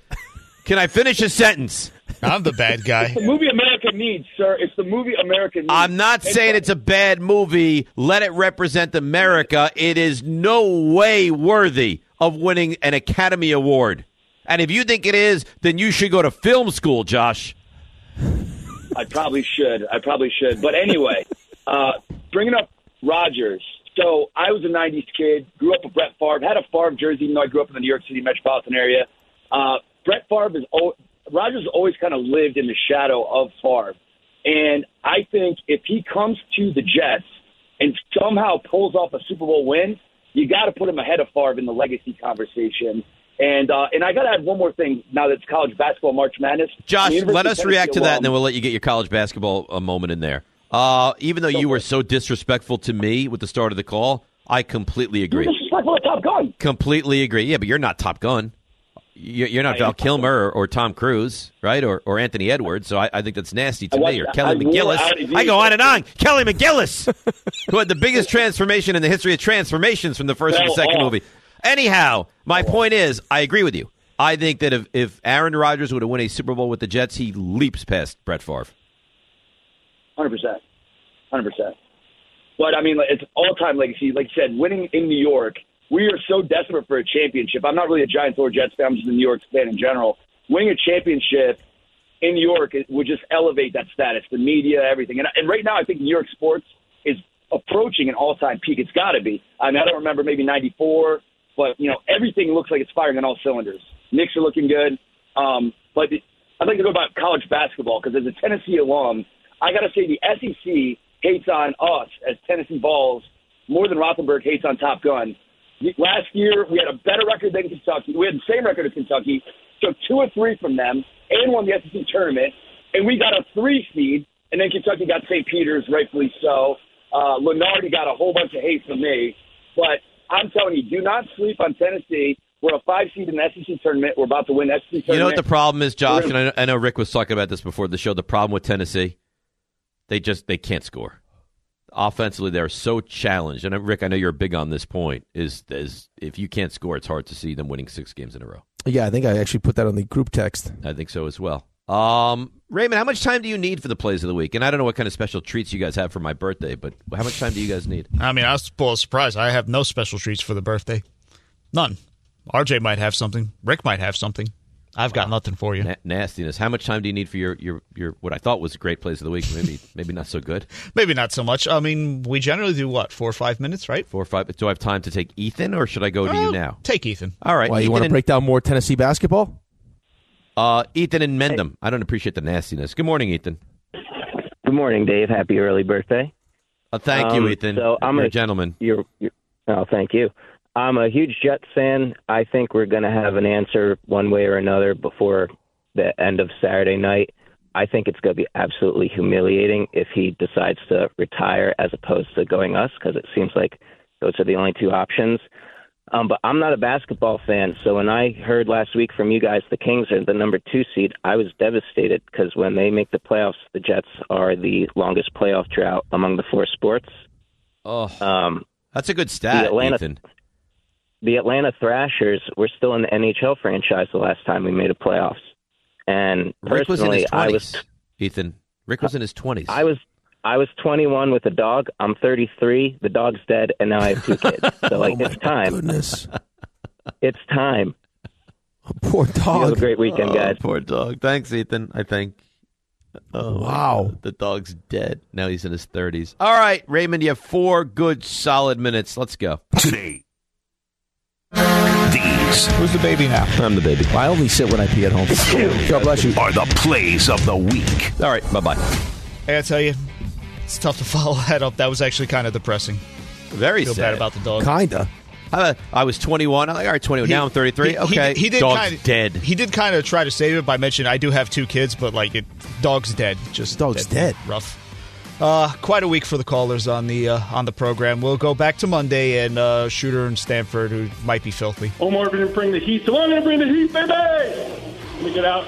S2: Can I finish a sentence?
S5: I'm the bad guy.
S11: the movie America needs, sir. It's the movie America needs.
S2: I'm not saying it's a bad movie. Let it represent America. It is no way worthy of winning an Academy Award. And if you think it is, then you should go to film school, Josh.
S11: I probably should. I probably should. But anyway, uh, bringing up Rogers. So I was a '90s kid. Grew up with Brett Favre. Had a Favre jersey, even though I grew up in the New York City metropolitan area. Uh, Brett Favre is al- Rogers always kind of lived in the shadow of Favre, and I think if he comes to the Jets and somehow pulls off a Super Bowl win, you got to put him ahead of Favre in the legacy conversation. And uh, and I got to add one more thing now that it's college basketball March Madness.
S2: Josh,
S11: I'm a University
S2: let
S11: of
S2: us
S11: Tennessee
S2: react to that,
S11: alum.
S2: and then we'll let you get your college basketball a moment in there. Uh, even though you were so disrespectful to me with the start of the call, I completely agree.
S11: disrespectful to Top Gun.
S2: completely agree. Yeah, but you're not Top Gun. You- You're not Val Kilmer or, or Tom Cruise, right? Or, or Anthony Edwards. So I, I think that's nasty to
S11: I
S2: me. Or
S11: watched-
S2: Kelly
S11: I wore
S2: McGillis.
S11: out of you.
S2: I go on and on. Kelly McGillis, who had
S11: *laughs*
S2: the biggest transformation in the history of transformations from the first and the
S11: Fell
S2: second
S11: off.
S2: movie. Anyhow, my point is, I agree with you. I think that if, if Aaron Rodgers would have won a Super Bowl with the Jets, he leaps past Brett Favre.
S11: Hundred percent, hundred percent. But I mean, like, it's all-time legacy. Like you said, winning in New York, we are so desperate for a championship. I'm not really a Giants or Jets fan. I'm just a New York fan in general. Winning a championship in New York it would just elevate that status, the media, everything. And, and right now, I think New York sports is approaching an all-time peak. It's got to be. I mean, I don't remember maybe '94, but you know, everything looks like it's firing on all cylinders. Knicks are looking good. Um, but the- I'd like to go about college basketball because as a Tennessee alum, I got to say the SEC hates on us as Tennessee balls more than Rothenberg hates on Top Gun. The- Last year, we had a better record than Kentucky. We had the same record as Kentucky, took two or three from them, and won the SEC tournament. And we got a three seed, and then Kentucky got St. Peter's, rightfully so. Uh, Lenardi got a whole bunch of hate from me. But I'm telling you, do not sleep on Tennessee. We're a five seed in the SEC tournament. We're about to win the E SEC tournament.
S2: You know what the problem is, Josh,
S11: We're
S2: and I know, I know Rick was talking about this before the show. The problem with Tennessee, they just they can't score. Offensively, they're so challenged. And uh, Rick, I know you're big on this point. Is is if you can't score, it's hard to see them winning six games in a row.
S4: Yeah, I think I actually put that on the group text.
S2: I think so as well. Um, Raymond, how much time do you need for the plays of the week? And I don't know what kind of special treats you guys have for my birthday, but how much time do you guys need?
S5: I mean, I was full of surprise. I have no special treats for the birthday. None. RJ might have something. Rick might have something. I've *laughs* got nothing for you.
S2: nastiness. How much time do you need for your, your, your what I thought was a great plays of the week? Maybe *laughs* maybe not so good.
S5: Maybe not so much. I mean, we generally do what four or five minutes, right?
S2: Four or five. Do I have time to take Ethan, or should I go to you now?
S5: Take Ethan.
S2: All right.
S4: Why, you
S2: Ethan
S4: want to
S2: and-
S4: break down more
S5: *laughs*
S4: Tennessee basketball?
S2: Uh, Ethan and Mendham. I don't appreciate the nastiness. Good morning, Ethan.
S12: Good morning, Dave. Happy early birthday.
S2: Uh, thank you,
S12: Um,
S2: Ethan.
S12: So I'm
S2: You're
S12: a,
S2: a gentleman.
S12: You're, you're, oh, thank you. I'm a huge Jets fan. I think we're going to have an answer one way or another before the end of Saturday night. I think it's going to be absolutely humiliating if he decides to retire as opposed to going us because it seems like those are the only two options. Um, but I'm not a basketball fan, so when I heard last week from you guys the Kings are the number two seed, I was devastated because when they make the playoffs, the Jets are the longest playoff drought among the four sports.
S2: Oh,
S12: um,
S2: that's a good stat, Ethan.
S12: The Atlanta Thrashers were still in the NHL franchise the last time we made a playoffs, and
S2: Rick was in his
S12: personally, I was
S2: 20s. Ethan. Rick was in his 20s.
S12: I was I was 21 with a dog. I'm 33. The dog's dead, and now I have two
S5: *laughs*
S12: kids. So
S5: Oh
S12: like it's time.
S4: Goodness.
S12: It's time.
S4: Poor dog.
S12: have a great weekend,
S5: uh,
S2: Oh,
S12: guys.
S2: Poor dog. Thanks, Ethan. I think. Oh,
S4: Wow.
S2: The dog's dead. Now he's in his 30s. All right, Raymond, you have four good, solid minutes. Let's go.
S1: Today. These
S5: Who's the baby now?
S2: I'm the baby.
S4: I only sit when I pee at home. God bless you.
S1: are the plays of the week.
S2: All right, bye bye.
S5: I gotta tell you, it's tough to *laughs* follow that up. That was actually kind of depressing.
S2: Very
S5: Feel
S2: sad.
S5: bad about the dog.
S4: Kinda.
S2: How about- I was 21. I'm like, all right, 21. now I'm 33.
S5: He-
S2: okay.
S5: he, he did
S2: dog's
S5: kinda,
S2: dead.
S5: He did kind of try to save it by mentioning I do have two kids, but like it, dog's dead. Just
S4: Dog's oh, dead.
S5: Rough. Uh, quite a week for the callers on the uh, on the program. We'll go back to Monday and uh, Shooter and Stanford, who might be filthy.
S13: Omar didn't bring the heat, so I'm going to bring the heat, baby! Let me get
S5: *laughs*
S13: out.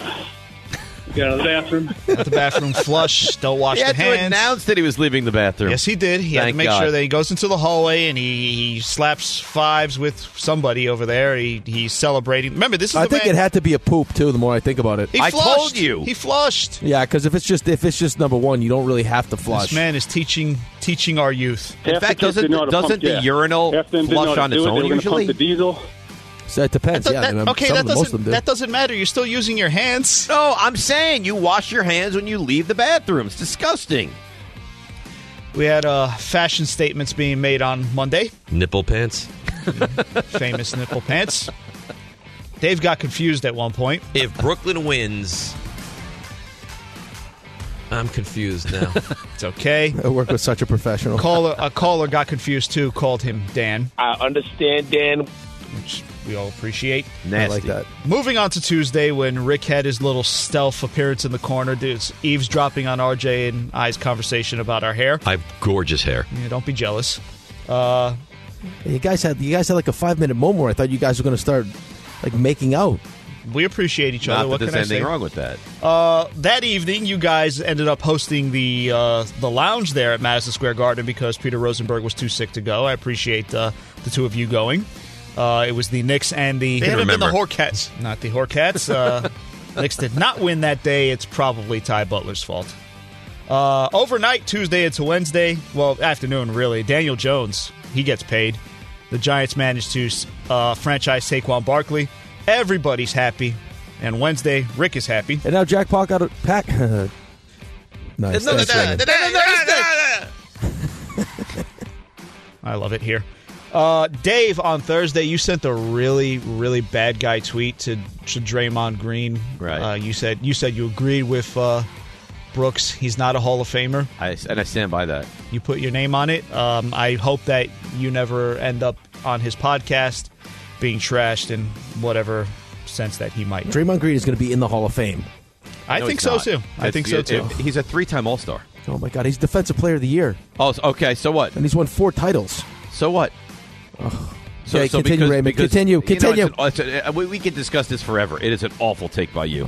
S13: Get out of the bathroom.
S5: At the bathroom flush, don't wash
S2: he
S5: the
S2: had to
S5: hands.
S2: announce that he was leaving the bathroom.
S5: Yes, he did. He had
S2: Thank
S5: to make
S2: God.
S5: sure that he goes into the hallway and he, he slaps fives with somebody over there. He, he's celebrating. Remember, this is
S4: I
S5: the
S4: think
S5: man-
S4: it had to be a poop too. The more I think about it,
S5: He flushed. He flushed.
S4: yeah, because if it's just if it's just number one, you don't really have to flush.
S5: This man is teaching teaching our youth.
S13: Half the kids didn't know how to pump gas. Half them didn't know how to do it. They were gonna pump the diesel.
S4: So it depends. yeah, I mean,
S5: okay,
S4: some
S5: that
S4: of them, most of
S5: doesn't
S4: them do.
S5: that doesn't matter. You're still using your hands.
S2: No, I'm saying you wash your hands when you leave the bathroom. It's disgusting.
S5: We had uh, fashion statements being made on Monday.
S14: Nipple pants.
S5: *laughs* Famous nipple pants. Dave got confused at one point.
S14: If Brooklyn wins, I'm confused now.
S5: it's okay.
S4: *laughs* I work with such a professional.
S5: Caller, a caller got confused too. Called him Dan.
S15: I understand, Dan.
S5: Which we all appreciate.
S4: Nasty. I like that.
S5: Moving on to Tuesday, when Rick had his little stealth appearance in the corner, dudes eavesdropping on RJ and I's conversation about our hair.
S14: I have gorgeous hair.
S5: Yeah, don't be jealous. Uh,
S4: You guys had you guys had like a five minute moment where I thought you guys were going to start like making out.
S5: *laughs* we appreciate each other.
S2: Not
S5: what
S2: that there's
S5: can I
S2: anything
S5: say?
S2: wrong with that.
S5: Uh, that evening, you guys ended up hosting the uh, the lounge there at Madison Square Garden because Peter Rosenberg was too sick to go. I appreciate uh, the two of you going. Uh, it was the Knicks and the
S14: They Couldn't
S5: and the
S14: remember.
S5: Horcats, *laughs* not the Horcats. Uh, Knicks did not win that day. It's probably Ty Butler's fault. Uh, overnight, Tuesday into Wednesday, well, afternoon really. Daniel Jones, he gets paid. The Giants managed to uh, franchise Saquon Barkley. Everybody's happy. And Wednesday, Rick is happy.
S4: And now Jack Pack out of pack. *laughs* nice. thanks, Raymond.
S5: I love it here. Uh, Dave, on Thursday, you sent a really, really bad guy tweet to, to Draymond Green. Right. Uh, you said you said you agreed with uh, Brooks. He's not a Hall of Famer.
S2: I, and I stand by that.
S5: You put your name on it. Um, I hope that you never end up on his podcast being trashed in whatever sense that he might.
S4: Draymond Green is going to be in the Hall of Fame.
S5: I
S2: No,
S5: think
S2: he's
S5: so
S2: not.
S5: too. I
S2: It's-
S5: think so
S2: it-
S5: too.
S2: it- he's a three-time All-Star.
S4: Oh my God, he's Defensive Player of the Year,
S2: Oh, so- okay. So what?
S4: and he's won four titles.
S2: So what?
S4: Okay, continue, Raymond. Continue,
S2: you know, it's
S4: continue.
S2: an- it's an- uh, we, we could discuss this forever. It is an awful take by you.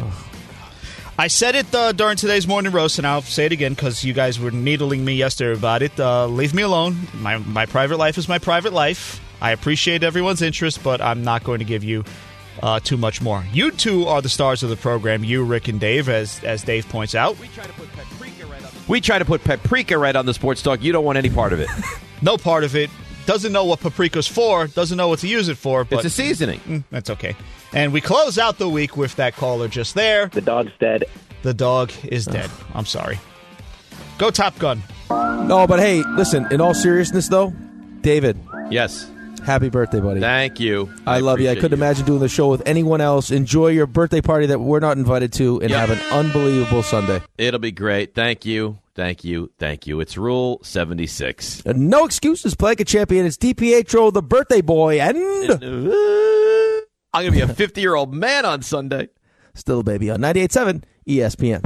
S5: I said it uh, during today's morning roast, and I'll say it again because you guys were needling me yesterday about it. Uh, leave me alone. My my private life is my private life. I appreciate everyone's interest, but I'm not going to give you uh, too much more. You two are the stars of the program. You, Rick, and Dave, as as Dave points out.
S2: We try to put paprika right on the sports talk. You don't want any part of it.
S5: *laughs* No part of it. doesn't know what paprika's for, doesn't know what to use it for. But
S2: It's a seasoning.
S5: Mm, that's okay. And we close out the week with that caller just there. The
S12: dog's dead.
S5: The dog is dead. I'm sorry. Go Top Gun.
S4: No, but hey, listen. In all seriousness, though, David.
S2: Yes.
S4: Happy birthday, buddy.
S2: Thank you.
S4: I, love you. I couldn't imagine doing the show with anyone else. Enjoy your birthday party that we're not invited to, and have an unbelievable Sunday.
S2: It'll be great. Thank you. Thank you. Thank you. It's Rule
S4: *laughs*
S2: 76.
S4: And no excuses. Play like a champion. It's DPHO, the birthday boy, and
S2: I'm going to be a 50 year old man on Sunday.
S4: still a baby on 98.7 ESPN.